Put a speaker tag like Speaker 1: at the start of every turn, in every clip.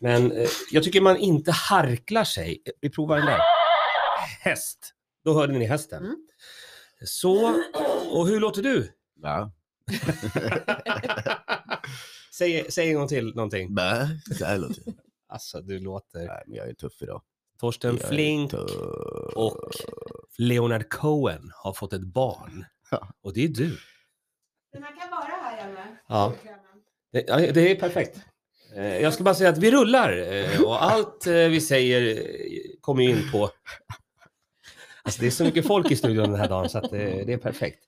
Speaker 1: Men eh, jag tycker man inte harklar sig. Eh, Vi provar den där. Häst. Då hörde ni hästen.
Speaker 2: Mm.
Speaker 1: Så, och hur låter du?
Speaker 3: Va?
Speaker 1: Säg, säg en gång till någonting.
Speaker 3: Va? Så här låter det.
Speaker 1: Alltså, du låter...
Speaker 3: Nej, men jag är tuff idag.
Speaker 1: Torsten
Speaker 3: Jag är
Speaker 1: Flink
Speaker 3: tuff.
Speaker 1: och Leonard Cohen har fått ett barn.
Speaker 3: Ja.
Speaker 1: Och det är du.
Speaker 2: Men han kan vara här, Janne.
Speaker 1: Ja. Det, ja, det är perfekt. Eh, Jag ska bara säga att vi rullar eh, och allt eh, vi säger eh, kommer ju in på... Alltså det är så mycket folk i studion den här dagen så att eh, det är perfekt.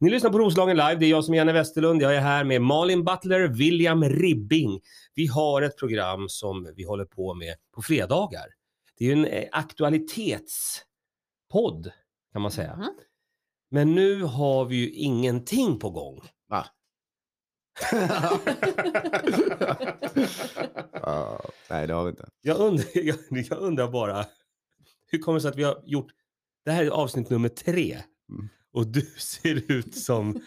Speaker 1: Ni lyssnar på Roslagen Live. Det är jag som är Janne Westerlund. Jag är här med Malin Butler, William Ribbing. Vi har ett program som vi håller på med på fredagar. Det är ju en eh, aktualitetspodd kan man säga.
Speaker 2: Mhm.
Speaker 1: Men nu har vi ju ingenting på gång.
Speaker 3: Ja, nej, det har vi inte.
Speaker 1: Jag undrar, jag, jag undrar bara, hur kommer det sig att vi har gjort... Det här är avsnitt nummer tre.
Speaker 3: Mm.
Speaker 1: Och du ser ut som,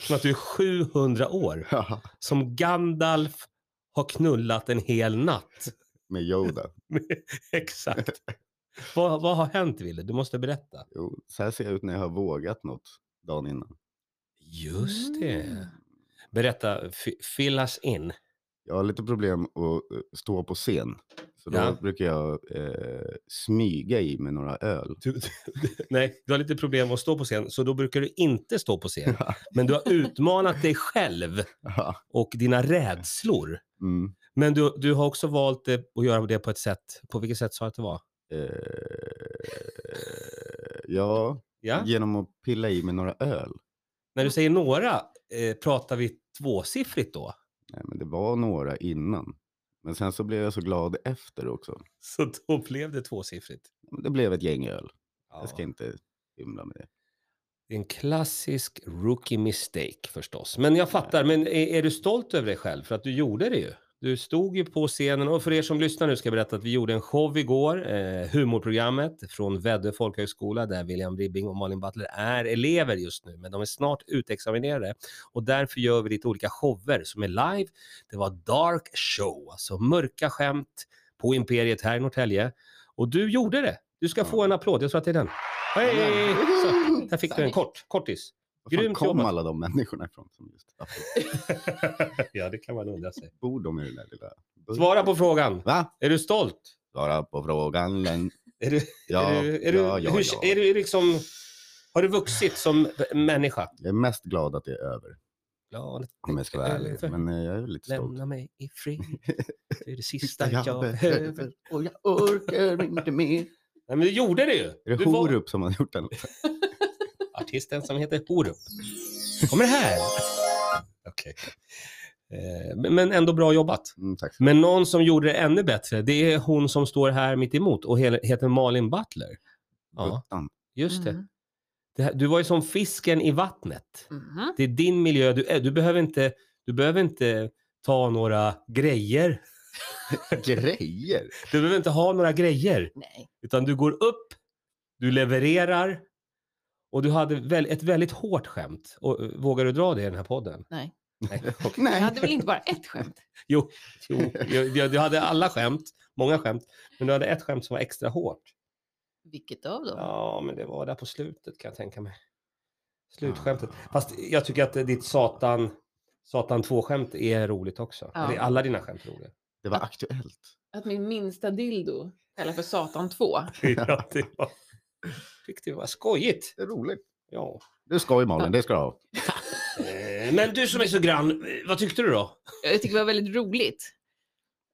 Speaker 1: som att du är 700 år.
Speaker 3: Ja,
Speaker 1: Som Gandalf har knullat en hel natt.
Speaker 3: Med Yoda.
Speaker 1: Exakt. vad, vad har hänt, Wille? Du måste berätta.
Speaker 3: Jo, så här ser jag ut när jag har vågat något dagen innan.
Speaker 1: Just
Speaker 2: Mm.
Speaker 1: det. Berätta, f- fill us in.
Speaker 3: Jag har lite problem att eh, stå på scen. Så då
Speaker 1: Ja.
Speaker 3: brukar jag eh, smyga i mig några öl.
Speaker 1: Du, du, nej, du har lite problem att stå på scen, så då brukar du inte stå på scen. Men du har utmanat dig själv
Speaker 3: Ja.
Speaker 1: och dina rädslor.
Speaker 3: Mm.
Speaker 1: Men du, du har också valt eh, att göra det på ett sätt. På vilket sätt sa jag att det var?
Speaker 3: Eh, ja,
Speaker 1: Ja?
Speaker 3: genom att pilla i mig några öl.
Speaker 1: När du säger några, eh, pratar vi tvåsiffrigt då?
Speaker 3: Nej, men det var några innan. Men sen så blev jag så glad efter också.
Speaker 1: Så då blev det tvåsiffrigt.
Speaker 3: Det blev ett gäng öl.
Speaker 1: Ja.
Speaker 3: Jag ska inte hymla med det.
Speaker 1: Det är en klassisk rookie mistake förstås. Men jag fattar, men är, är du stolt över dig själv? För att du gjorde det ju. Du stod ju på scenen och för er som lyssnar nu ska jag berätta att vi gjorde en show igår, eh, humorprogrammet från Väddö folkhögskola där William Ribbing och Malin Butler är elever just nu, men de är snart utexaminerade och därför gör vi lite olika shower som är live. Det var Dark Show, alltså mörka skämt på Imperiet här i Norrtälje och du gjorde det. Du ska få en applåd, jag tror att det är den. Hej! Så. Där fick du en kort, kortis.
Speaker 3: Var fan
Speaker 1: Grymt
Speaker 3: kom
Speaker 1: jobbat.
Speaker 3: alla de människorna ifrån? Som just
Speaker 1: ja, det kan man undra sig.
Speaker 3: bor de i den där lilla...
Speaker 1: Svara på frågan.
Speaker 3: Va?
Speaker 1: Är du stolt?
Speaker 3: Svara på frågan. Len.
Speaker 1: Är du,
Speaker 3: Ja,
Speaker 1: är du, är du,
Speaker 3: ja, ja,
Speaker 1: hur,
Speaker 3: ja.
Speaker 1: Är du liksom, har du vuxit som människa?
Speaker 3: Jag är mest glad att det är över.
Speaker 1: Glad att
Speaker 3: Om jag ska vara
Speaker 1: det
Speaker 3: ärlig.
Speaker 1: över.
Speaker 3: Men eh, jag är lite stolt.
Speaker 1: lämna mig i fred. Det är det sista
Speaker 3: Jag
Speaker 1: jag
Speaker 3: behöver
Speaker 1: behöver.
Speaker 3: Och jag orkar inte mer.
Speaker 1: Nej, men du gjorde det ju.
Speaker 3: Är det
Speaker 1: du var
Speaker 3: Horup som har gjort den?
Speaker 1: artisten som heter Horup. Kommer här. Okej. Eh, men- Men ändå bra jobbat.
Speaker 3: Mm, tack.
Speaker 1: Men någon som gjorde det ännu bättre, det är hon som står här mitt emot och he- heter Malin Butler. Ja,
Speaker 3: Buttan.
Speaker 1: just
Speaker 2: Mm.
Speaker 1: det. det här, du var ju som fisken i vattnet.
Speaker 2: Mhm.
Speaker 1: Det är din miljö, du, är- du, behöver, inte, du behöver inte ta några grejer.
Speaker 3: Grejer!
Speaker 1: Du behöver inte ha några grejer,
Speaker 2: Nej.
Speaker 1: utan du går upp, du levererar och du hade väl, ett väldigt hårt skämt. Och, eh, vågar du dra det i den här podden?
Speaker 2: Nej.
Speaker 1: Nej.
Speaker 2: Jag
Speaker 3: Nej.
Speaker 2: hade väl inte bara ett skämt?
Speaker 1: Jo, jag- jag- du hade alla skämt, många skämt, men du hade ett skämt som var extra hårt.
Speaker 2: Vilket av dem?
Speaker 1: Ja, men det var där på slutet kan jag tänka mig. Slutskämtet. Fast jag tycker att ditt Satan, Satan 2-skämt är roligt också.
Speaker 2: Ja.
Speaker 1: Eller alla dina skämt är roliga.
Speaker 3: Det var aktuellt.
Speaker 2: Att min minsta dildo kallas för Satan 2.
Speaker 1: ja, det var... Tyckte det var skojigt.
Speaker 3: Det är roligt.
Speaker 1: Ja.
Speaker 3: Du ska i Malin, det ska du ha.
Speaker 1: Eh, Men du som är så grann, eh, vad tyckte du då?
Speaker 2: Jag tycker det var väldigt roligt.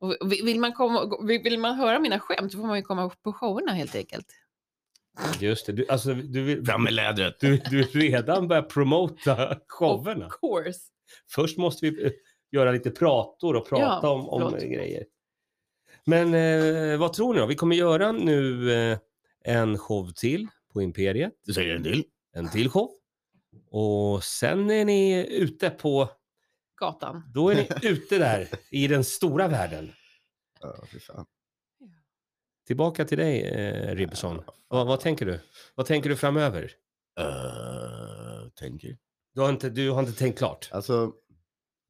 Speaker 2: Och vi- vill, man komma, vill vill man höra mina skämt så får man ju komma på showerna helt enkelt.
Speaker 1: Just det, du, alltså, du, vill-
Speaker 3: Fram med lädret!
Speaker 1: du, du redan börjar promota showerna.
Speaker 2: Of course.
Speaker 1: Först måste vi eh, göra lite prator och prata
Speaker 2: Ja,
Speaker 1: om, om
Speaker 2: förlåt.
Speaker 1: eh, grejer. Men eh, vad tror ni då? Vi kommer göra nu eh, en show till på Imperiet.
Speaker 3: Du säger en till.
Speaker 1: En till show. Och sen är ni ute på,
Speaker 2: Gatan.
Speaker 1: då är ni ute där i den stora världen.
Speaker 3: Ja, fy fan.
Speaker 1: Tillbaka till dig eh, Ribson. Vad, vad tänker du? Vad tänker du framöver?
Speaker 3: Eh, tänker.
Speaker 1: Du har inte, du har inte tänkt klart.
Speaker 3: Alltså,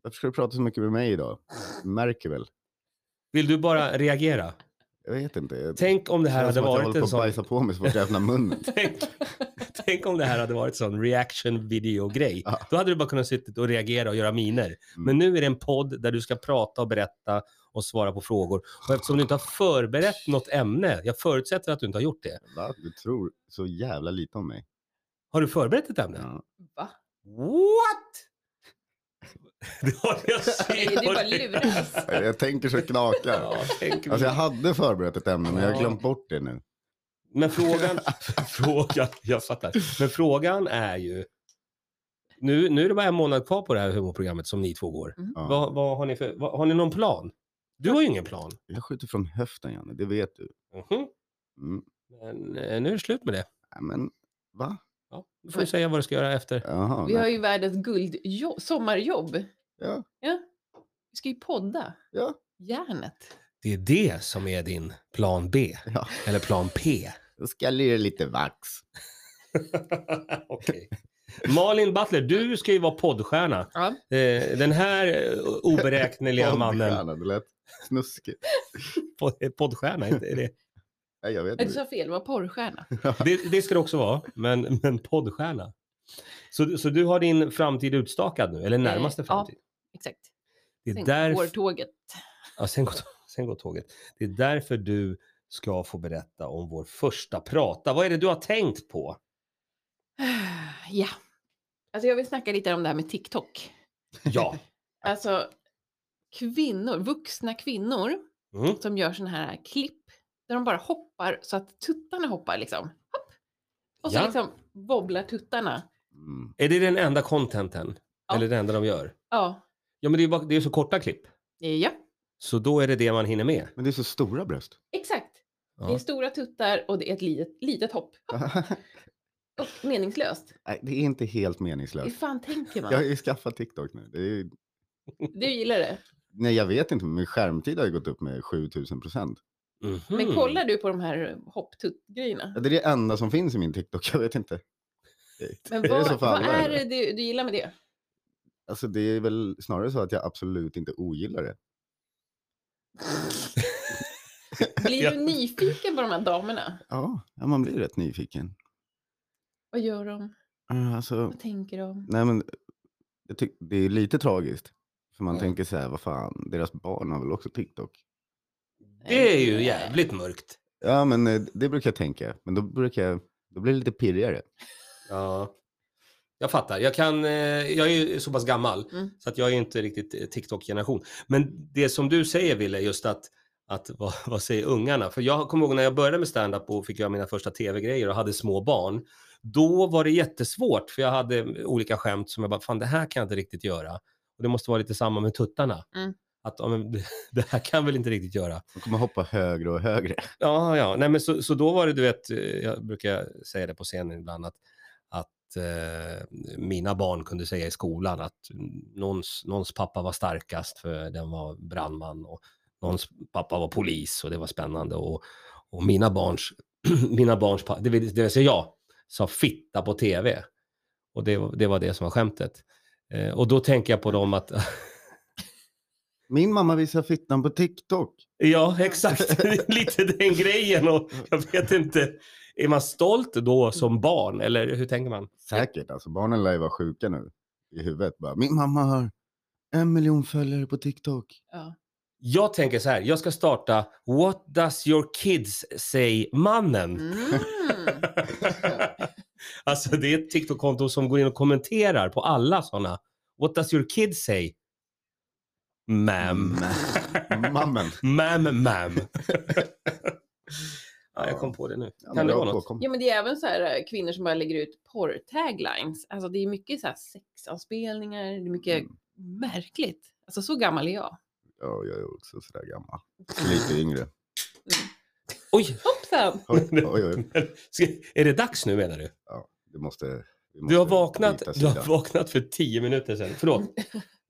Speaker 3: varför ska du prata så mycket med mig idag? Du märker väl?
Speaker 1: Vill du bara reagera?
Speaker 3: Jag vet inte. Jag-
Speaker 1: Tänk om det här
Speaker 3: känns
Speaker 1: hade
Speaker 3: som att
Speaker 1: varit
Speaker 3: Jag
Speaker 1: en
Speaker 3: håller på att
Speaker 1: sån...
Speaker 3: bajsa på mig så fort jag öppnar munnen.
Speaker 1: Tänk, tänk om det här hade varit en sån reaction video-grej.
Speaker 3: Ja. Mm.
Speaker 1: Då hade du bara kunnat sitta och reagera och göra miner. Men nu är det en podd där du ska prata och berätta och svara på frågor. Och eftersom du inte har förberett något ämne, jag förutsätter att du inte har gjort det.
Speaker 3: Va? Du tror så jävla lite om mig.
Speaker 1: Har du förberett ett ämne?
Speaker 3: Ja.
Speaker 2: Va?
Speaker 1: What? Det har jag
Speaker 2: Det
Speaker 1: sett.
Speaker 2: är bara luras.
Speaker 3: Jag tänker så knakar.
Speaker 1: Ja, tänk om-
Speaker 3: Alltså jag hade förberett ett ämne men jag har
Speaker 1: Ja.
Speaker 3: glömt bort det nu.
Speaker 1: Men frågan, frågan, jag fattar. Men frågan är ju, nu, nu är det bara en månad kvar på det här humorprogrammet som ni två går.
Speaker 2: Mm.
Speaker 3: Ja.
Speaker 1: Vad, vad har ni för, vad, har ni någon plan? Du har ju ingen plan.
Speaker 3: Jag skjuter från höften Janne, det vet du.
Speaker 1: Mhm.
Speaker 3: Mm.
Speaker 1: Men eh, nu är det slut med det.
Speaker 3: Nej, Men va?
Speaker 1: Ja, du får ju säga vad du ska göra efter.
Speaker 3: Jaha,
Speaker 2: Vi har
Speaker 3: nej.
Speaker 2: ju världens guldjobb, sommarjobb.
Speaker 3: Ja.
Speaker 2: ja. Vi ska ju podda.
Speaker 3: Ja.
Speaker 2: Järnet.
Speaker 1: Det är det som är din plan B,
Speaker 3: Ja.
Speaker 1: eller plan P.
Speaker 3: Då ska jag lira lite vax.
Speaker 1: Okej. Malin Butler, du ska ju vara poddstjärna.
Speaker 2: Ja.
Speaker 1: Eh, Den här eh, oberäkneliga mannen.
Speaker 3: Poddstjärna, det lät snuskigt.
Speaker 1: Pod- Poddstjärna, inte är det?
Speaker 3: Nej, jag vet
Speaker 2: Jag
Speaker 1: Alltså
Speaker 3: inte.
Speaker 2: sa fel, det var porrstjärna.
Speaker 1: Det, det ska det också vara, men, men poddstjärna. Så, du- så du har din framtid utstakad nu, eller närmaste
Speaker 2: Eh, ja.
Speaker 1: framtid?
Speaker 2: Exakt.
Speaker 1: Det är
Speaker 2: Sen går
Speaker 1: därför,
Speaker 2: tåget.
Speaker 1: ja, sen, går, sen går tåget. Det är därför du ska få berätta om vår första prata. Vad är det du har tänkt på?
Speaker 2: Ja. Alltså jag vill snacka lite om det här med TikTok.
Speaker 1: Ja.
Speaker 2: Alltså kvinnor, vuxna kvinnor
Speaker 1: Mm.
Speaker 2: som gör sådana här klipp där de bara hoppar så att tuttarna hoppar liksom. Hopp. Och så
Speaker 1: Ja.
Speaker 2: liksom wobblar tuttarna.
Speaker 3: Mm.
Speaker 1: Är det den enda contenten?
Speaker 2: Ja.
Speaker 1: Eller det enda de gör?
Speaker 2: Ja.
Speaker 1: Ja, men det är ju bara, det är så korta klipp.
Speaker 2: Ja,
Speaker 1: Så då är det det man hinner med.
Speaker 3: Men det är så stora bröst.
Speaker 2: exakt. Det
Speaker 1: Ja.
Speaker 2: är stora tuttar och det är ett litet, litet hopp. Och meningslöst.
Speaker 3: Nej, det är inte helt
Speaker 2: Hur
Speaker 3: meningslöst.
Speaker 2: fan tänker man?
Speaker 3: Jag har ju skaffat TikTok nu. Det är ju...
Speaker 2: Du gillar det.
Speaker 3: Nej, jag vet inte, men min skärmtid har ju gått upp med 7000 procent.
Speaker 1: Mhm.
Speaker 2: Men kollar du på de här hopptutt-grejerna?
Speaker 3: Det är det enda som finns i min TikTok, jag vet inte.
Speaker 2: Men
Speaker 3: det
Speaker 2: vad,
Speaker 3: så fan
Speaker 2: vad
Speaker 3: det är?
Speaker 2: är det du, du gillar med det?
Speaker 3: Alltså det är väl snarare så att jag absolut inte ogillar det.
Speaker 2: Blir
Speaker 1: Ja.
Speaker 2: du nyfiken på de här damerna?
Speaker 3: Ja, ja, man blir rätt nyfiken.
Speaker 2: Vad gör de?
Speaker 3: Ja, Alltså,
Speaker 2: Vad tänker de?
Speaker 3: nej men, jag tyck- det är lite tragiskt. För man
Speaker 1: Ja.
Speaker 3: tänker så här, vad fan, deras barn har väl också TikTok?
Speaker 1: Det är ju jävligt mörkt.
Speaker 3: Ja, men eh, det brukar jag tänka. Men då brukar jag, då blir det lite pirrigare.
Speaker 1: Ja. Jag fattar. Jag, kan, eh, jag är ju så pass gammal
Speaker 2: Mm.
Speaker 1: så att jag är ju inte riktigt eh, TikTok-generation. Men det som du säger, Ville, just att, att vad, vad säger ungarna? För jag kommer ihåg när jag började med stand-up och fick göra mina första tv-grejer och hade små barn. Då var det jättesvårt, för jag hade eh, olika skämt som jag bara, fan det här kan jag inte riktigt göra. Och det måste vara lite samma med tuttarna.
Speaker 2: Mm.
Speaker 1: Att ja, men, det här kan jag väl inte riktigt göra.
Speaker 3: De kommer hoppa högre och högre.
Speaker 1: Ja, ja. Nej, men så, så då var det, du vet, eh, jag brukar säga det på scenen ibland, att, att eh, mina barn kunde säga i skolan att någons, någons pappa var starkast för den var brandman och någons pappa var polis och det var spännande. Och, och mina barns, mina barns pappa, det vill, det vill säga jag, sa fitta på tv. Och det, var- det var det som var skämtet. Eh, och då tänker jag på dem att
Speaker 3: Min mamma visar fittan på TikTok.
Speaker 1: Ja, exakt. Lite den grejen. Och jag vet inte, är man stolt då som barn? Eller hur tänker man?
Speaker 3: Säkert, alltså barnen lär ju vara sjuka nu i huvudet. Bara, Min mamma har en miljon följare på TikTok.
Speaker 2: Ja.
Speaker 1: Jag tänker så här, jag ska starta What does your kids say mannen?
Speaker 2: Mm.
Speaker 1: alltså det är ett TikTok-konto som går in och kommenterar på alla sådana. What does your kids say? Mam.
Speaker 3: Mammen.
Speaker 1: Mam, mam. ja, jag kom på det nu.
Speaker 3: Ja,
Speaker 1: Kan
Speaker 3: men
Speaker 1: det
Speaker 3: bra
Speaker 1: vara något?
Speaker 3: påkommet.
Speaker 2: Ja, men det är även så här eh, kvinnor som bara lägger ut porr-taglines. Alltså det är mycket så här sexanspelningar, det är mycket
Speaker 3: Mm.
Speaker 2: märkligt. Alltså så gammal är jag.
Speaker 3: Ja, jag är också sådär gammal. Lite yngre.
Speaker 1: Oj!
Speaker 2: Hoppsan!
Speaker 3: Oj, oj, oj.
Speaker 1: Ska- Är det dags nu menar du?
Speaker 3: Det måste, vi måste
Speaker 1: Du har, vaknat,
Speaker 3: byta
Speaker 1: du har
Speaker 3: sida.
Speaker 1: vaknat för 10 minuter sedan. Förlåt.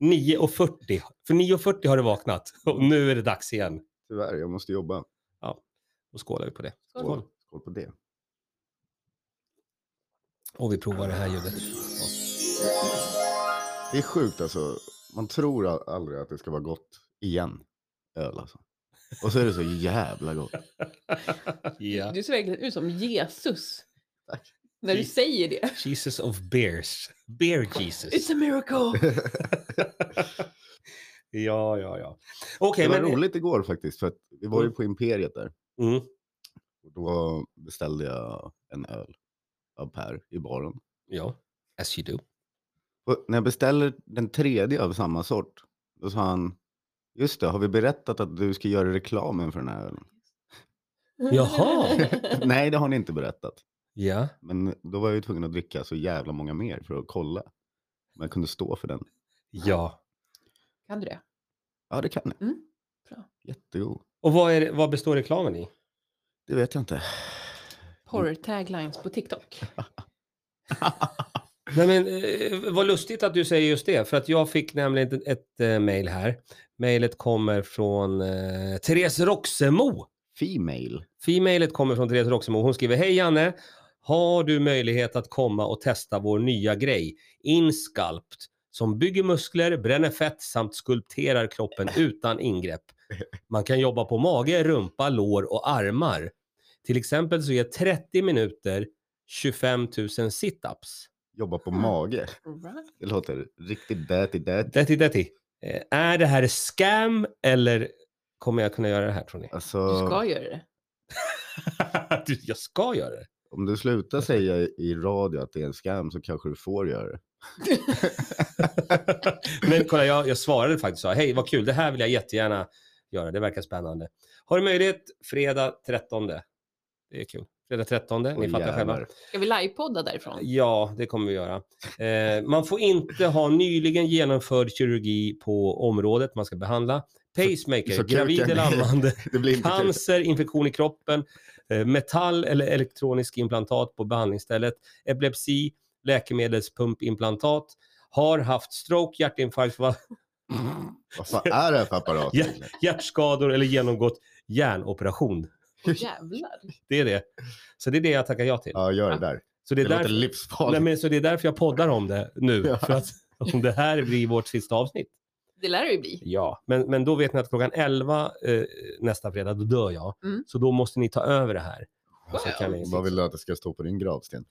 Speaker 1: 9.40. För 9.40 har du vaknat. Och nu är det dags igen.
Speaker 3: Tyvärr, jag måste jobba.
Speaker 1: Då skålar vi på det.
Speaker 2: Skål.
Speaker 1: Skål.
Speaker 3: Skål på det.
Speaker 1: Och vi provar det här ljudet.
Speaker 3: Det är sjukt alltså. Man tror al- aldrig att det ska vara gott igen. Öl alltså. Och så är det så jävla gott.
Speaker 1: Ja.
Speaker 2: Du ser verkligen ut som Jesus.
Speaker 3: Tack.
Speaker 2: När du
Speaker 1: Jesus.
Speaker 2: säger det.
Speaker 1: Jesus of bears. Bear Jesus.
Speaker 2: It's a miracle!
Speaker 1: Ja, ja, ja. Okej,
Speaker 3: Det var
Speaker 1: men...
Speaker 3: roligt igår faktiskt, för att vi var ju på Imperiet där.
Speaker 1: Mm.
Speaker 3: Och då beställde jag en öl av Per i baren.
Speaker 1: Ja, as you do.
Speaker 3: Och när jag beställer den tredje av samma sort, då sa han, just det, har vi berättat att du ska göra reklamen för den här ölen?
Speaker 1: Jaha.
Speaker 3: Nej, det har ni inte berättat.
Speaker 1: Ja.
Speaker 3: Men då var jag ju tvungen att dricka så jävla många mer för att kolla. Men jag kunde stå för den.
Speaker 1: Ja.
Speaker 2: Kan du det?
Speaker 3: Ja, det kan jag.
Speaker 2: Mm, bra.
Speaker 3: Jättegod.
Speaker 1: Och vad, är, det- vad består reklamen i?
Speaker 3: Det vet jag inte.
Speaker 2: Porr-taglines på TikTok.
Speaker 1: Nej, men, eh, vad lustigt att du säger just det, för att jag fick nämligen ett, ett eh, mejl här. Mejlet kommer från eh, Therese Roxemo.
Speaker 3: Female.
Speaker 1: Femailet kommer från Therese Roxemo. Hon skriver, hej Janne! Har du möjlighet att komma och testa vår nya grej, Insculpt, som bygger muskler, bränner fett samt skulpterar kroppen utan ingrepp. Man kan jobba på mage, rumpa, lår och armar. Till exempel så är 30 minuter 25 000 situps.
Speaker 3: Jobba på
Speaker 2: Mm.
Speaker 3: mage.
Speaker 2: Right.
Speaker 3: Det låter riktigt dirty dirty.
Speaker 1: Detti, detti. Eh, Är det här scam eller kommer jag kunna göra det här tror ni?
Speaker 2: Du
Speaker 3: Alltså,
Speaker 2: ska göra det.
Speaker 1: Du, jag ska göra det.
Speaker 3: om du slutar säga i radio att det är en skam så kanske du får göra det.
Speaker 1: Men kolla, jag, jag svarade faktiskt så här, hej vad kul, det här vill jag jättegärna göra, det verkar spännande. Har du möjlighet fredag 13? Det är kul. Fredag 13, ni
Speaker 3: Åh,
Speaker 1: fattar själva.
Speaker 3: jävlar.
Speaker 2: Ska vi livepodda därifrån?
Speaker 1: Ja, det kommer vi göra. Eh, man får inte ha nyligen genomförd kirurgi på området man ska behandla. Pacemaker,
Speaker 3: Så kuken-
Speaker 1: gravid eller ammande,
Speaker 3: Det blir inte kul.
Speaker 1: cancer, infektion i kroppen, eh, metall eller elektronisk implantat på behandlingsstället, epilepsi, läkemedelspumpimplantat, har haft stroke, hjärtinfarkt, va-
Speaker 3: Vad fan är det här för apparat?
Speaker 1: Ja.
Speaker 3: egentligen?
Speaker 1: hjärtskador eller genomgått hjärnoperation.
Speaker 2: Åh, jävlar.
Speaker 1: Det är det. Så det är det jag tackar ja till.
Speaker 3: Ja, gör det där.
Speaker 1: Så det är,
Speaker 3: Det låter
Speaker 1: därför, nej,
Speaker 3: livsfarligt.
Speaker 1: men, så det är därför jag poddar om det nu.
Speaker 3: Ja.
Speaker 1: För att om det här blir vårt sista avsnitt.
Speaker 2: Det lär det ju bli.
Speaker 1: Ja, men, men då vet ni att klockan 11 eh, nästa fredag, då dör jag.
Speaker 2: Mm.
Speaker 1: Så då måste ni ta över det här.
Speaker 2: Wow.
Speaker 1: Så kan ni,
Speaker 3: Vad Alltså, vill du att det ska stå på din gravsten?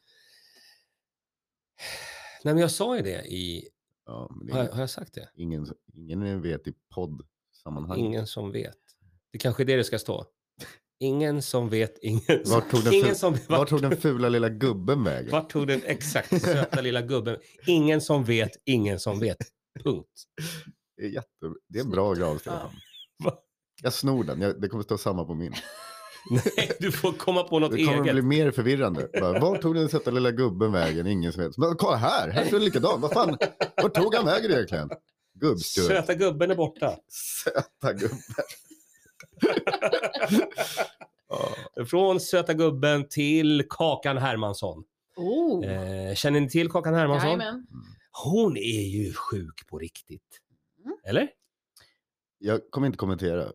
Speaker 1: Nej, men jag sa ju det i...
Speaker 3: Ja, men det
Speaker 1: Har
Speaker 3: är
Speaker 1: jag, har jag sagt det?
Speaker 3: ingen, ingen vet i poddsammanhang.
Speaker 1: Ingen som vet. Det kanske är det det ska stå. Ingen som vet, ingen som...
Speaker 3: Vart tog den
Speaker 1: Ingen
Speaker 3: ful-
Speaker 1: som
Speaker 3: Var tog den fula lilla gubben vägen?
Speaker 1: Vart tog den exakt söta lilla gubben? Ingen som vet, ingen som vet. Punkt.
Speaker 3: Det är, jätte... det är en bra gravsten.
Speaker 2: Ja.
Speaker 1: Va?
Speaker 3: Jag snor den, jag, det kommer stå samma på min.
Speaker 1: Nej, du får komma på något
Speaker 3: Det kommer
Speaker 1: eget.
Speaker 3: bli mer förvirrande. Bara, var tog den söta lilla gubben vägen? Ingen som vet. Men kolla här, här står det likadant. Vad fan, var tog han vägen egentligen? Gubbstöt.
Speaker 1: Söta gubben är borta.
Speaker 3: Söta gubben. Ja.
Speaker 1: Från söta gubben till Kakan Hermansson.
Speaker 2: Oh.
Speaker 1: Eh, känner ni till Kakan Hermansson?
Speaker 2: Jajamän.
Speaker 1: Hon är ju sjuk på riktigt.
Speaker 2: Mm.
Speaker 1: Eller?
Speaker 3: Jag kommer inte kommentera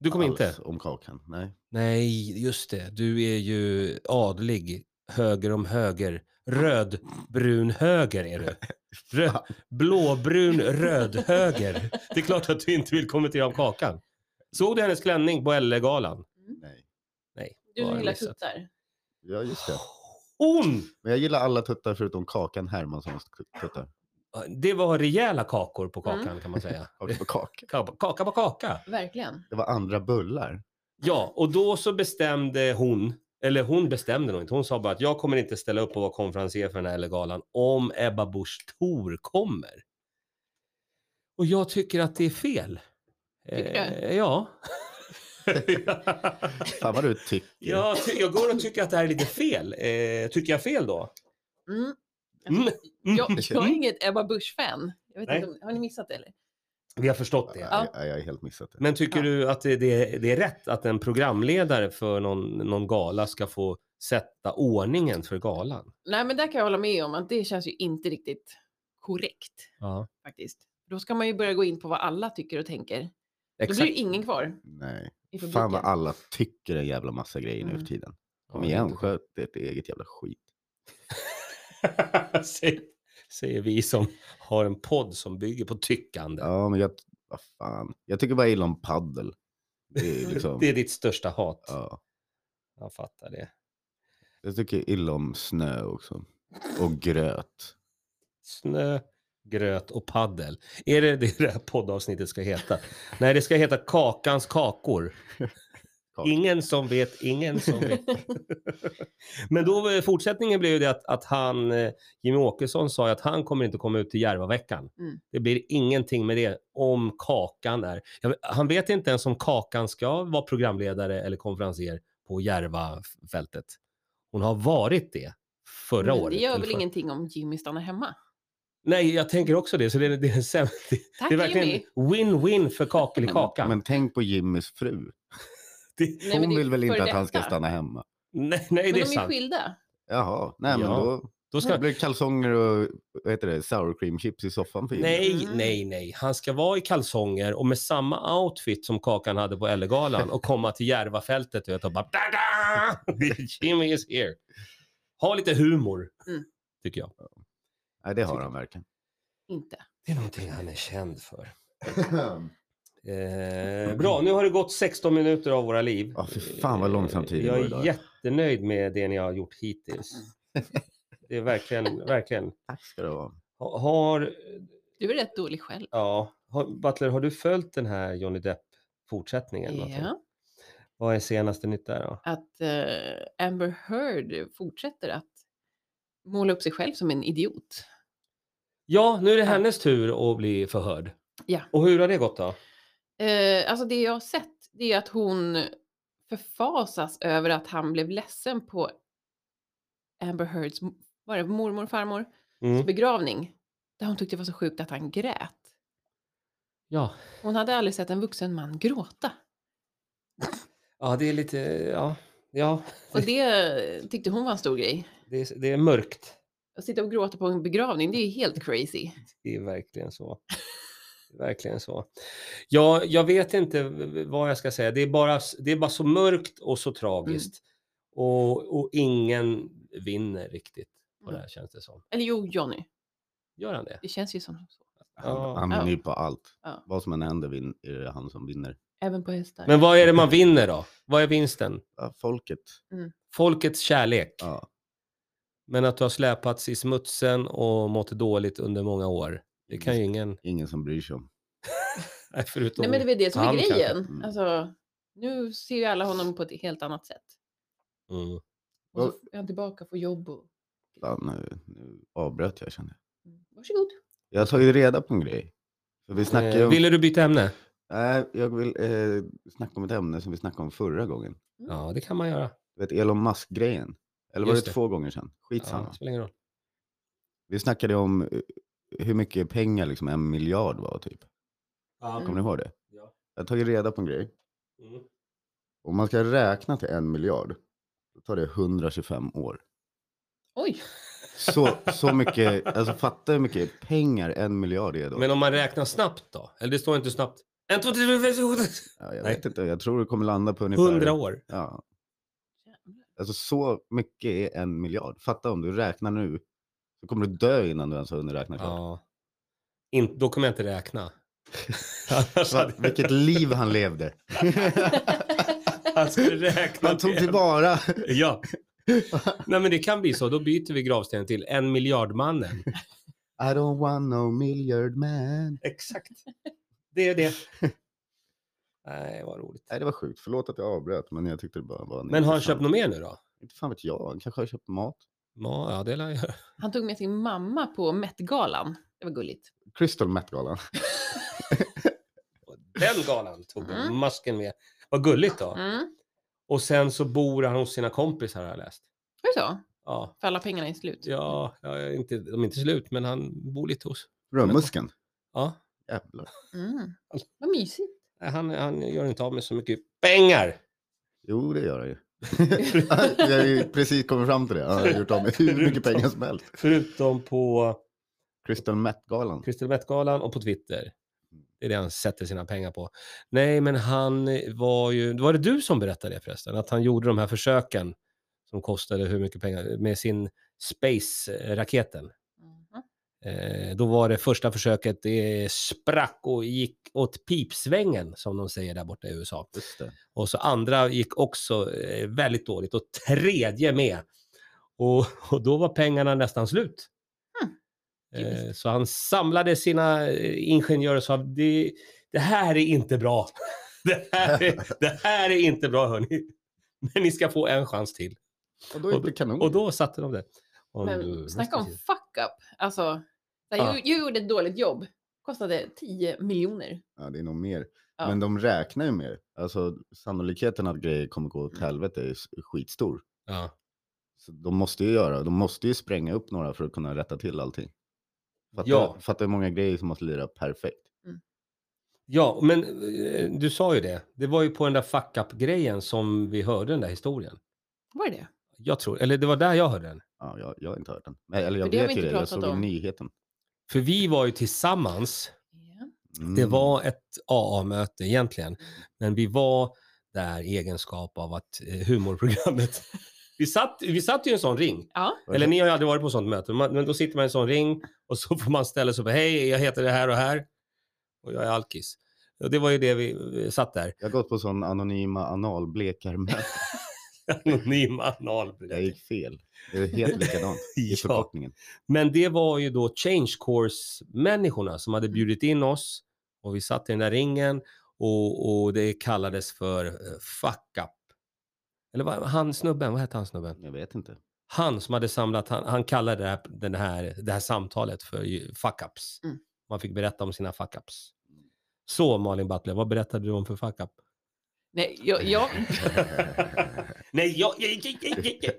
Speaker 1: Du kommer inte?
Speaker 3: alls om Kakan. Nej.
Speaker 1: Nej, just det. Du är ju adlig. Höger om höger. Röd, brun, höger är du. Rö- blåbrun, röd, höger. Det är klart att du inte vill kommentera om Kakan. Såg du hennes klänning på LE-galan?
Speaker 3: Nej.
Speaker 2: Du som
Speaker 1: Bara
Speaker 2: gillar
Speaker 1: missat.
Speaker 2: tuttar.
Speaker 3: Ja, just det.
Speaker 1: Hon!
Speaker 3: Men jag gillar alla tuttar förutom Kakan Hermanssons tuttar.
Speaker 1: Det var rejäla kakor på
Speaker 3: Mm.
Speaker 1: Kakan kan man säga.
Speaker 3: Kaka på kaka.
Speaker 1: Kaka- Kaka på kaka.
Speaker 2: Verkligen.
Speaker 3: Det var andra bullar.
Speaker 1: Ja, och då så bestämde hon, eller hon bestämde nog inte, hon sa bara att jag kommer inte ställa upp och vara konferencier för den här LE-galan om Ebba Busch Thor kommer. Och jag tycker att det är fel.
Speaker 2: Tycker du?
Speaker 1: Eh, ja.
Speaker 3: Fan vad du tycker.
Speaker 1: jag, ty- jag går och tycker att det här är lite fel. Eh, tycker jag fel då?
Speaker 2: Mm.
Speaker 1: Mm.
Speaker 2: Jag, jag är
Speaker 1: Mm.
Speaker 2: inget Ebba Busch-fan. Jag vet
Speaker 1: Nej.
Speaker 2: inte om- Har ni missat det eller?
Speaker 1: Vi har förstått det.
Speaker 3: Ja, Jag, jag har helt missat det.
Speaker 1: Men tycker
Speaker 2: Ja.
Speaker 1: du att det, det, det är rätt att en programledare för någon, någon gala ska få sätta ordningen för galan?
Speaker 2: Nej, men där kan jag hålla med om att det känns ju inte riktigt korrekt
Speaker 1: Ja,
Speaker 2: faktiskt. Då ska man ju börja gå in på vad alla tycker och tänker. Då blir det ingen kvar
Speaker 3: Nej.
Speaker 2: i
Speaker 3: Fan vad
Speaker 2: publiken.
Speaker 3: alla tycker en jävla massa grejer nu
Speaker 2: Mm.
Speaker 3: för tiden.
Speaker 1: Ja,
Speaker 3: Kom
Speaker 1: det är
Speaker 3: igen,
Speaker 1: inte-
Speaker 3: sköt ert eget jävla skit.
Speaker 1: Säger- Säger vi som har en podd som bygger på tyckande.
Speaker 3: Ja, men jag, vad fan. jag tycker bara illa om paddel. Det är liksom,
Speaker 1: Det är ditt största hat.
Speaker 3: ja.
Speaker 1: Jag fattar det.
Speaker 3: Jag tycker illa om snö också. Och gröt.
Speaker 1: Snö, gröt och paddel. Är det det det här poddavsnittet ska heta? Nej, det ska heta Kakans kakor.
Speaker 3: Kakor.
Speaker 1: Ingen som vet, ingen som vet. Men då eh, fortsättningen blev ju det att, att han, eh, Jimmy Åkesson sa ju att han kommer inte komma ut till Järvaveckan.
Speaker 2: Mm.
Speaker 1: Det blir ingenting med det om Kakan är. Jag vet- Han vet inte ens om Kakan ska vara programledare eller konferenser på Järvafältet. Hon har varit det förra
Speaker 2: Men
Speaker 1: året.
Speaker 2: det gör
Speaker 1: eller
Speaker 2: väl
Speaker 1: för-
Speaker 2: ingenting om Jimmy stannar hemma?
Speaker 1: Nej, jag tänker också det. Så det, är- det, är, säm- det,
Speaker 2: Tack
Speaker 1: det är verkligen
Speaker 2: Ah, Jimmy!
Speaker 1: win-win för kakelkakan.
Speaker 3: Men tänk på Jimmys fru.
Speaker 1: Det-
Speaker 2: Nej, men
Speaker 3: Hon
Speaker 2: det är
Speaker 3: vill väl inte
Speaker 2: före
Speaker 3: att han ska
Speaker 2: detta.
Speaker 3: stanna hemma?
Speaker 1: nej, nej,
Speaker 2: Men
Speaker 1: det är
Speaker 2: de är
Speaker 1: sant.
Speaker 2: skilda.
Speaker 3: Jaha, nej men
Speaker 1: Ja.
Speaker 3: då,
Speaker 1: Då
Speaker 3: då
Speaker 1: ska,
Speaker 3: blir det kalsonger och vad heter det, sour cream chips i soffan för Jimmy.
Speaker 1: nej,
Speaker 2: Mm.
Speaker 1: nej, nej. Han ska vara i kalsonger och med samma outfit som Kakan hade på Ellegalan och komma till Järvafältet du vet, och bara da Jimmy is here. Ha lite humor,
Speaker 2: Mm.
Speaker 1: tycker jag.
Speaker 3: Nej, det har han verkligen.
Speaker 2: Inte.
Speaker 1: Det är någonting han är känd för. Eh, bra, nu har det gått 16 minuter av våra liv.
Speaker 3: Ja, fy fan vad långsam tid det
Speaker 1: Jag
Speaker 3: går
Speaker 1: är
Speaker 3: idag.
Speaker 1: jättenöjd med det ni har gjort hittills. Det är verkligen, verkligen.
Speaker 3: Tack ska det vara.
Speaker 1: Ha- Har,
Speaker 2: Du är rätt dålig själv.
Speaker 1: ja, har, Butler, har du följt den här Johnny Depp-fortsättningen? någonting?
Speaker 2: Ja.
Speaker 1: Vad är senaste nytt där då?
Speaker 2: Att eh, Amber Heard fortsätter att måla upp sig själv som en idiot.
Speaker 1: Ja, nu är det
Speaker 2: Ja.
Speaker 1: hennes tur att bli förhörd.
Speaker 2: Ja.
Speaker 1: Och hur har det gått då?
Speaker 2: Eh, alltså det jag har sett det är att hon förfasas över att han blev ledsen på Amber Heards var det, mormor och farmors
Speaker 1: Mm.
Speaker 2: begravning. Där hon tyckte det var så sjukt att han grät.
Speaker 1: Ja.
Speaker 2: Hon hade aldrig sett en vuxen man gråta.
Speaker 1: ja, det är lite, ja, ja,
Speaker 2: Och det tyckte hon var en stor grej.
Speaker 1: det är, det är mörkt.
Speaker 2: Att sitta och gråta på en begravning, det är ju helt crazy.
Speaker 1: Det är verkligen så. Det är Verkligen så. Jag, jag vet inte vad jag ska säga. Det är bara, det är bara så mörkt och så tragiskt. Och, och ingen vinner riktigt på
Speaker 2: Mm.
Speaker 1: det här känns det som.
Speaker 2: Eller jo, Johnny.
Speaker 1: Gör han det?
Speaker 2: Det känns ju som så.
Speaker 1: Ja.
Speaker 3: Han vinner ju på allt.
Speaker 2: Ja.
Speaker 3: Vad som än händer vin- är det han som vinner.
Speaker 2: Även på hästar.
Speaker 1: Men vad är det man vinner då? Vad är vinsten?
Speaker 3: Ja, folket.
Speaker 1: Folkets kärlek.
Speaker 3: Ja.
Speaker 1: Men att du har släpats i smutsen och mått dåligt under många år. Det kan ju
Speaker 3: Mm.
Speaker 1: ingen,
Speaker 3: Ingen som bryr sig om.
Speaker 1: Nej, förutom...
Speaker 2: Nej, men det är väl det som är
Speaker 1: han kanske.
Speaker 2: grejen.
Speaker 3: Mm.
Speaker 2: Alltså, nu ser ju alla honom på ett helt annat sätt.
Speaker 1: Mm.
Speaker 2: Och så
Speaker 3: Vad-
Speaker 2: är han tillbaka på jobb och...
Speaker 3: Fan, nu, nu avbröt jag känner
Speaker 2: Mm. Varsågod.
Speaker 3: jag. Jag tar ju reda på en grej. För vi snackar ju
Speaker 1: Eh,
Speaker 3: om...
Speaker 1: Ville du byta ämne?
Speaker 3: Nej, jag vill eh, snacka om ett ämne som vi snackade om förra gången.
Speaker 2: Mm.
Speaker 1: Ja, det kan man göra.
Speaker 3: Du vet Elon Musk-grejen. Eller var
Speaker 1: Just
Speaker 3: det
Speaker 1: det.
Speaker 3: två gånger sedan?
Speaker 1: Ja,
Speaker 3: Skitsamma.
Speaker 1: det spelar ingen roll.
Speaker 3: Vi snackade om eh, hur mycket pengar liksom en miljard var typ.
Speaker 2: Mm.
Speaker 3: Kommer ni ihåg det?
Speaker 1: Ja.
Speaker 3: Jag har tagit reda på en grej.
Speaker 1: Mm.
Speaker 3: Om man ska räkna till en miljard, då tar det 125 år.
Speaker 2: Oj,
Speaker 3: Så, så mycket, alltså fatta hur mycket pengar en miljard är då.
Speaker 1: Men om man räknar snabbt då? Eller det står inte snabbt. En, två, tre, fyra, fem, sex,
Speaker 3: ja, jag
Speaker 1: nej.
Speaker 3: vet inte, jag tror det kommer landa på
Speaker 1: sju,
Speaker 3: ungefär...
Speaker 1: hundra år.
Speaker 3: Ja. Alltså så mycket är en miljard. Fatta om du räknar nu, så kommer du dö innan du ens har hunnit räkna klart.
Speaker 1: Ja. In, då kommer jag inte räkna. Annars
Speaker 3: Va,
Speaker 1: hade
Speaker 3: Alltså, vilket liv han levde.
Speaker 1: jag skulle räkna.
Speaker 3: Han tog
Speaker 1: till-
Speaker 3: tillvara.
Speaker 1: Ja. Nej men det kan bli så. Då byter vi gravstenen till en miljardmannen.
Speaker 3: I don't want no milliard man.
Speaker 1: Exakt. Det är det. Nej, vad roligt.
Speaker 3: Nej, det var sjukt. Förlåt att jag avbröt, men jag tyckte det bara var en
Speaker 1: Men har han
Speaker 3: intressant-
Speaker 1: köpt något mer nu då?
Speaker 3: Inte fan vet jag. Han kanske har köpt mat.
Speaker 1: Ja, ja, det lär jag göra.
Speaker 2: han tog med sin mamma på Met-galan. Det var gulligt.
Speaker 3: Crystal Met-galan.
Speaker 1: Och Den galan tog
Speaker 2: Mm.
Speaker 1: mm. masken med. Vad gulligt då.
Speaker 2: Mm.
Speaker 1: Och sen så bor han hos sina kompisar har jag läst.
Speaker 2: Var det så?
Speaker 1: Ja,
Speaker 2: För alla pengarna är slut.
Speaker 1: Ja, jag är inte, de är inte slut, men han bor lite hos.
Speaker 3: Rödmusken.
Speaker 1: Ja,
Speaker 3: Jävlar.
Speaker 2: Mm. Vad mysigt.
Speaker 1: nej, han, han gör inte av med så mycket pengar.
Speaker 3: Jo, det gör han ju. jag har ju precis kommit fram till det. Han har gjort av med hur mycket pengar som helst.
Speaker 1: Förutom på
Speaker 3: Crystal Met-galan.
Speaker 1: Crystal Met-galan och på Twitter. Det är det han sätter sina pengar på. Nej, men han var ju... Var det du som berättade det förresten? Att han gjorde de här försöken som kostade hur mycket pengar med sin Space-raketen.
Speaker 2: Mhm.
Speaker 1: Eh, då var det första försöket, det sprack och gick åt pipsvängen som de säger där borta i USA.
Speaker 3: Just det.
Speaker 1: Och så andra gick också eh, väldigt dåligt och tredje med. Och, och då var pengarna nästan slut.
Speaker 2: Hmm.
Speaker 1: Eh, så han samlade sina eh, ingenjörer och sa det, det här är inte bra. Det här är, det här är inte bra hörni. Men ni ska få en chans till.
Speaker 3: Och då är det kanon.
Speaker 1: Och då satte de det. Och nu-
Speaker 2: Mm. Men snacka om fuck up. Alltså, jag
Speaker 1: Ja.
Speaker 2: gjorde ett dåligt jobb. Kostade 10 miljoner.
Speaker 3: Ja, det är nog mer.
Speaker 2: Ja.
Speaker 3: Men de räknar ju mer. Alltså sannolikheten att grejer kommer gå
Speaker 2: Mm.
Speaker 3: åt helvete är s- skitstor.
Speaker 1: Ja.
Speaker 3: Så de måste ju göra, de måste ju spränga upp några för att kunna rätta till allting. Fattar,
Speaker 1: Ja.
Speaker 3: fattar hur många grejer som måste lira perfekt.
Speaker 1: Ja, men eh, du sa ju det. Det var ju på den där fuck up-grejen som vi hörde den där historien.
Speaker 2: Var det det?
Speaker 1: Jag tror, eller det var där jag hörde den.
Speaker 3: Ja, jag, jag har inte hört den. Nej, eller jag
Speaker 2: För det har
Speaker 3: vet
Speaker 2: vi
Speaker 3: ju det,
Speaker 2: inte
Speaker 3: jag
Speaker 2: pratat
Speaker 3: såg ju
Speaker 2: om.
Speaker 3: nyheten.
Speaker 1: För vi var ju tillsammans.
Speaker 2: Ja.
Speaker 3: Mm.
Speaker 1: Det var ett AA-möte egentligen, men vi var där i egenskap av att eh, humorprogrammet. Vi satt, vi satt ju i en sån ring.
Speaker 2: Ja.
Speaker 3: Var det-
Speaker 1: Eller ni har ju aldrig varit på sånt möte, Man- men då sitter man i en sån ring och så får man ställa sig upp. Hej, jag heter det här och här och jag är alkis. Och det var ju det vi eh, satt där.
Speaker 3: Jag har gått på sån anonyma analblekarmöte.
Speaker 1: Anonym anal.
Speaker 3: Jag gick fel. Det är helt likadant i
Speaker 1: Ja.
Speaker 3: förkortningen.
Speaker 1: Men det var ju då Change Course-människorna som hade bjudit in oss och vi satt i den där ringen och, och det kallades för eh, fuck up. Eller vad, han snubben, vad hette han snubben?
Speaker 3: Jag vet inte.
Speaker 1: Han som hade samlat, han, han kallade det här, den här, det här samtalet för ju- fuck ups.
Speaker 2: Mm.
Speaker 1: Man fick berätta om sina fuck ups. Så Malin Butler, vad berättade du om för fuck up?
Speaker 2: Nej, jag, jag,
Speaker 1: Nej, jag... jag, jag, jag, jag, jag.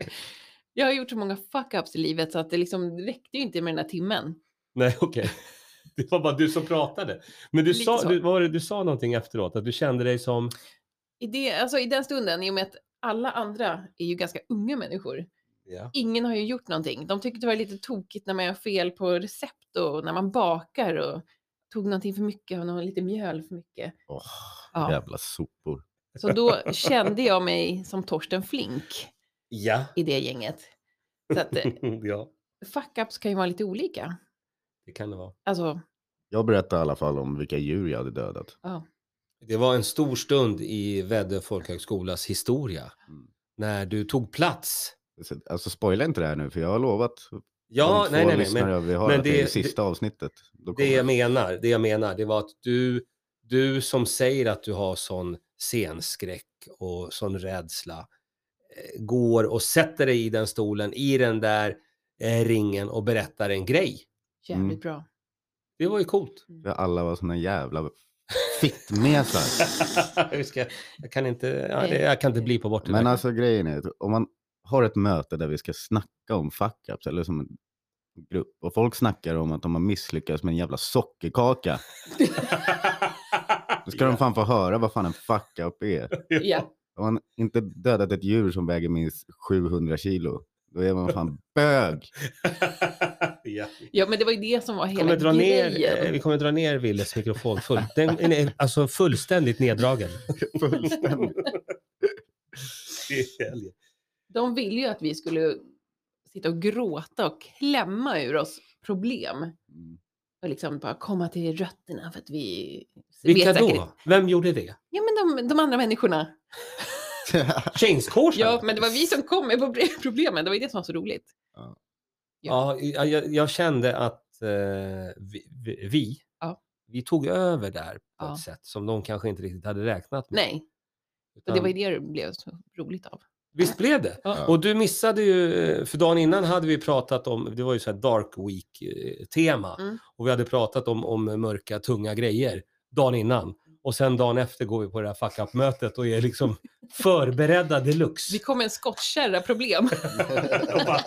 Speaker 2: jag har gjort så många fuck-ups i livet så att det liksom räckte ju inte med den här timmen.
Speaker 1: Nej, okej. Det var bara du som pratade. Men du
Speaker 2: Lite
Speaker 1: sa,
Speaker 2: så.
Speaker 1: du, vad var det, du sa någonting efteråt, att du kände dig som...
Speaker 2: I, det, alltså, I den stunden, i och med att alla andra är ju ganska unga människor.
Speaker 1: Ja.
Speaker 2: Ingen har ju gjort någonting. De tyckte det var lite tokigt när man gör fel på recept och när man bakar och tog någonting för mycket och någon lite mjöl för mycket.
Speaker 3: Åh,
Speaker 2: Ja.
Speaker 3: Jävla sopor.
Speaker 2: Så då kände jag mig som Torsten Flink
Speaker 1: Ja.
Speaker 2: i det gänget. Så att eh,
Speaker 1: ja,
Speaker 2: fuck-ups kan ju vara lite olika.
Speaker 1: det kan det vara.
Speaker 2: Alltså,
Speaker 3: Jag berättade i alla fall om vilka djur jag hade dödat.
Speaker 1: Det var en stor stund i Väddö folkhögskolas historia.
Speaker 3: Mm.
Speaker 1: När du tog plats.
Speaker 3: Så- Alltså spoila inte det här nu, för jag har lovat
Speaker 1: Ja,
Speaker 3: de
Speaker 1: nej, nej, nej.
Speaker 3: två
Speaker 1: Men
Speaker 3: lyssnare vi har
Speaker 1: men
Speaker 3: att det,
Speaker 1: det-
Speaker 3: är det sista avsnittet. Då
Speaker 1: det
Speaker 3: kommer-
Speaker 1: jag menar, det jag menar, det var att du, du som säger att du har sån scenskräck och sån rädsla, eh, går och sätter dig i den stolen, i den där eh, ringen och berättar en grej.
Speaker 2: jävligt
Speaker 3: Mm.
Speaker 2: bra.
Speaker 1: Det var ju coolt.
Speaker 3: För alla var såna jävla fittmesar.
Speaker 1: jag, ska, jag, kan inte, ja, det, jag kan inte bli på bort det
Speaker 3: Men
Speaker 1: där.
Speaker 3: alltså grejen är, att om man har ett möte där vi ska snacka om fuck-ups, eller som en grupp, och folk snackar om att de har misslyckats med en jävla sockerkaka, då ska de fan få höra vad fan en fuck-up är.
Speaker 2: Ja,
Speaker 3: Om man inte dödat ett djur som väger minst 700 kilo, då är man fan bög.
Speaker 1: ja.
Speaker 2: ja, men det var ju det som var
Speaker 1: Vi
Speaker 2: hela
Speaker 1: kommer dra ner, eh,
Speaker 2: grejen.
Speaker 1: vi kommer dra ner Willes mikrofon full, den, den är alltså fullständigt neddragen.
Speaker 3: Fullständigt.
Speaker 2: De ville ju att vi skulle sitta och gråta och klämma ur oss problem. Och liksom bara komma till rötterna för att vi...
Speaker 1: Vilka
Speaker 2: vet säkert-
Speaker 1: då? Vem gjorde det?
Speaker 2: Ja, men de, de andra människorna.
Speaker 1: James Corson?
Speaker 2: Ja, men det var vi som kom med pro- problemen. Det var ju det som var så roligt.
Speaker 1: Ja, jag, jag kände att eh, vi, vi- vi,
Speaker 2: Ja.
Speaker 1: vi tog över där på
Speaker 2: Ja.
Speaker 1: ett sätt som de kanske inte riktigt hade räknat med.
Speaker 2: Nej, och det
Speaker 1: Utan-
Speaker 2: var ju det det blev så roligt av.
Speaker 1: Visst blev det?
Speaker 2: Ja.
Speaker 1: Och du missade ju, eh, för dagen innan hade vi pratat om, det var ju så här dark week-tema.
Speaker 2: Mm.
Speaker 1: Och vi hade pratat om, om mörka, tunga grejer dagen innan. Och sen dagen efter går vi på det här fuck up-mötet och är liksom förberedda deluxe.
Speaker 2: Vi kom med en skottkärra problem.
Speaker 1: Och bara,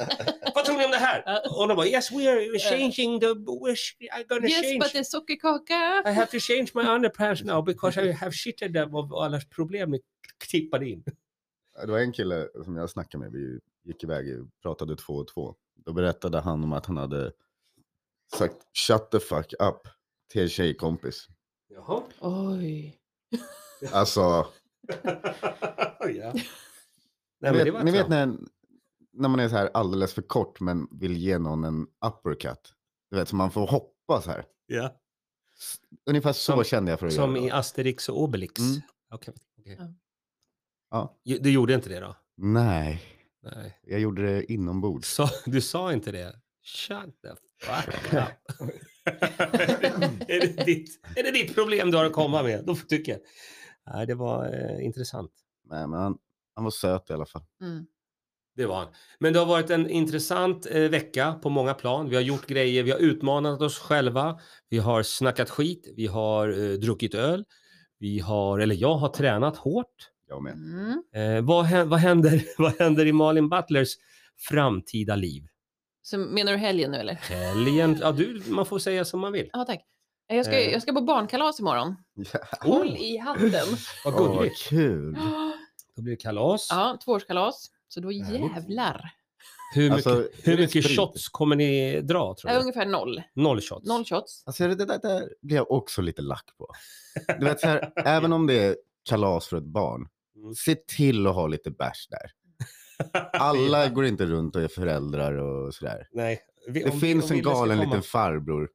Speaker 1: Vad tror ni om det här?
Speaker 2: Ja.
Speaker 1: Och de bara, yes we are we're changing the, we're, I'm gonna
Speaker 2: yes,
Speaker 1: change.
Speaker 2: but det är sockerkaka.
Speaker 1: I have to change my underpants now because I have shitted them av alla problem ni tippade in.
Speaker 3: Ja, Det var en kille som jag snackade med, vi gick iväg och pratade två och två. Då berättade han om att han hade sagt shut the fuck up till en tjejkompis.
Speaker 1: Jaha.
Speaker 2: Oj.
Speaker 3: Alltså,
Speaker 1: ja. Nej, men
Speaker 3: ni
Speaker 1: det
Speaker 3: vet,
Speaker 1: var
Speaker 3: ni vet
Speaker 1: knappt.
Speaker 3: när, när man är så här alldeles för kort men vill ge någon en uppercut. Du vet, så man får hoppa så här.
Speaker 1: Ja.
Speaker 3: Ungefär så
Speaker 1: Som-
Speaker 3: kände jag för att
Speaker 1: Som
Speaker 3: göra.
Speaker 1: i
Speaker 3: då.
Speaker 1: Asterix och Obelix.
Speaker 3: Mm.
Speaker 1: Okej. okej.
Speaker 2: Ja.
Speaker 3: Ja.
Speaker 1: Ju- Du gjorde inte det då?
Speaker 3: Nej,
Speaker 1: Nej.
Speaker 3: jag gjorde det inombords.
Speaker 1: Så, du sa inte det? Shut the fuck up. är, det ditt, är det ditt problem du har att komma med? Då tycker jag. Nej, det var eh, intressant.
Speaker 3: Nej, men han, han var söt i alla fall.
Speaker 2: Mm.
Speaker 1: Det var han. Men det har varit en intressant eh, vecka på många plan. Vi har gjort grejer, vi har utmanat oss själva. Vi har snackat skit, vi har eh, druckit öl. Vi har, eller jag har tränat hårt.
Speaker 3: Jag med.
Speaker 2: Mm.
Speaker 1: Eh, vad, hä- vad, händer, vad händer i Malin Butlers framtida liv?
Speaker 2: Så menar du helgen nu eller?
Speaker 1: Helgen, ja du, man får säga som man vill.
Speaker 2: Ja, tack. Jag ska,
Speaker 1: Eh. Oh.
Speaker 2: jag ska på barnkalas imorgon.
Speaker 3: Ja,
Speaker 2: Håll i hatten.
Speaker 1: Vad
Speaker 3: åh, vad
Speaker 1: gulligt.
Speaker 3: kul.
Speaker 1: Då blir det kalas.
Speaker 2: Ja, tvåårskalas. Så då
Speaker 1: Härligt.
Speaker 2: jävlar.
Speaker 1: Hur mycket,
Speaker 3: Alltså, är
Speaker 1: hur
Speaker 3: det
Speaker 1: mycket
Speaker 3: sprit?
Speaker 1: shots kommer ni dra tror
Speaker 2: Ja,
Speaker 1: du?
Speaker 2: ungefär noll.
Speaker 1: Noll shots.
Speaker 2: Noll shots.
Speaker 3: Alltså det där, där blir jag också lite lack på. Du vet, så här, även om det är kalas för ett barn,
Speaker 1: Mm.
Speaker 3: se till att ha lite bärs där. Alla går inte runt och är föräldrar och sådär.
Speaker 1: Nej. Vi-
Speaker 3: Det
Speaker 1: om-
Speaker 3: finns
Speaker 1: om
Speaker 3: en
Speaker 1: Wille ska
Speaker 3: galen
Speaker 1: komma.
Speaker 3: liten farbror,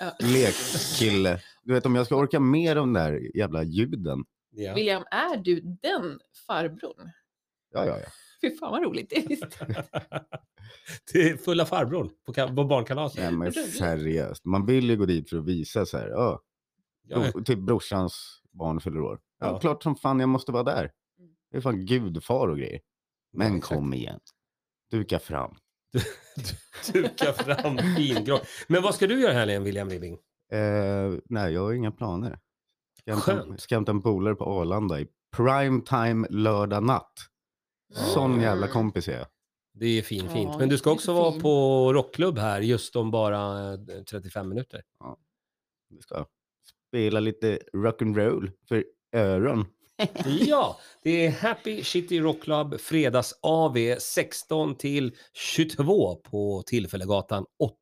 Speaker 2: Ja.
Speaker 3: lekkille. Du vet om jag ska orka med de där jävla ljuden.
Speaker 1: Ja.
Speaker 2: William, är du den farbrorn?
Speaker 3: Ja, ja, ja.
Speaker 2: Fy fan vad roligt. det är visst.
Speaker 1: Till fulla farbror på, ka- på barnkalaset.
Speaker 3: Nej, men
Speaker 2: Vad roligt.
Speaker 3: seriöst, man vill ju gå dit för att visa så här. Ja,
Speaker 1: Ja,
Speaker 3: bro- till brorsans barn fyller år. Ja,
Speaker 1: Ja. Mm.
Speaker 3: klart som fan jag måste vara där. Det är fan gudfar och grejer. Men
Speaker 1: exakt.
Speaker 3: kom igen. Duka fram.
Speaker 1: Duka fram fingrå. Men vad ska du göra i helgen, William Ribbing?
Speaker 3: Eh, nej, jag har inga planer. Ska hämta-
Speaker 1: Skönt.
Speaker 3: Ska hämta en polare på Arlanda i prime time lördag natt. Sån jävla
Speaker 2: Mm.
Speaker 3: kompis är jag.
Speaker 1: Det är fin,
Speaker 2: Ja,
Speaker 1: fint. Men du ska
Speaker 2: det är
Speaker 1: också
Speaker 2: så
Speaker 1: vara
Speaker 2: fin.
Speaker 1: på rockklubb här just om bara eh, 35 minuter.
Speaker 3: Vi ska spela lite rock'n'roll för öron.
Speaker 1: Ja, det är Happy City Rock Club fredags AV 16 till 22 på Tillfällegatan 8.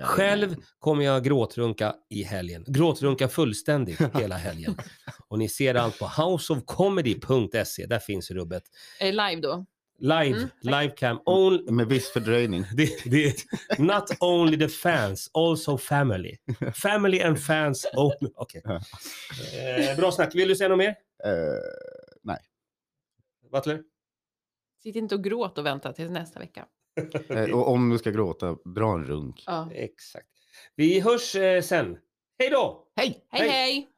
Speaker 1: Själv kommer jag gråtrunka i helgen. Gråtrunka fullständigt hela helgen. Och ni ser allt på houseofcomedy.se. Där finns rubbet.
Speaker 2: Är det Eh, live då?
Speaker 1: Live,
Speaker 2: Mm.
Speaker 1: livecam. Only,
Speaker 3: Med viss fördröjning.
Speaker 1: det, det, not only the fans, also family. Family and fans only. Okej. Eh, bra snack. Vill du säga något mer,
Speaker 3: Eh,
Speaker 1: Butler?
Speaker 2: Sitt inte och gråt och vänta till nästa vecka.
Speaker 3: eh, och om du ska gråta, dra en runk.
Speaker 2: Ja.
Speaker 1: Exakt. Vi hörs eh, sen. Hej då!
Speaker 3: Hej!
Speaker 2: Hej,
Speaker 1: Hej.
Speaker 2: hej!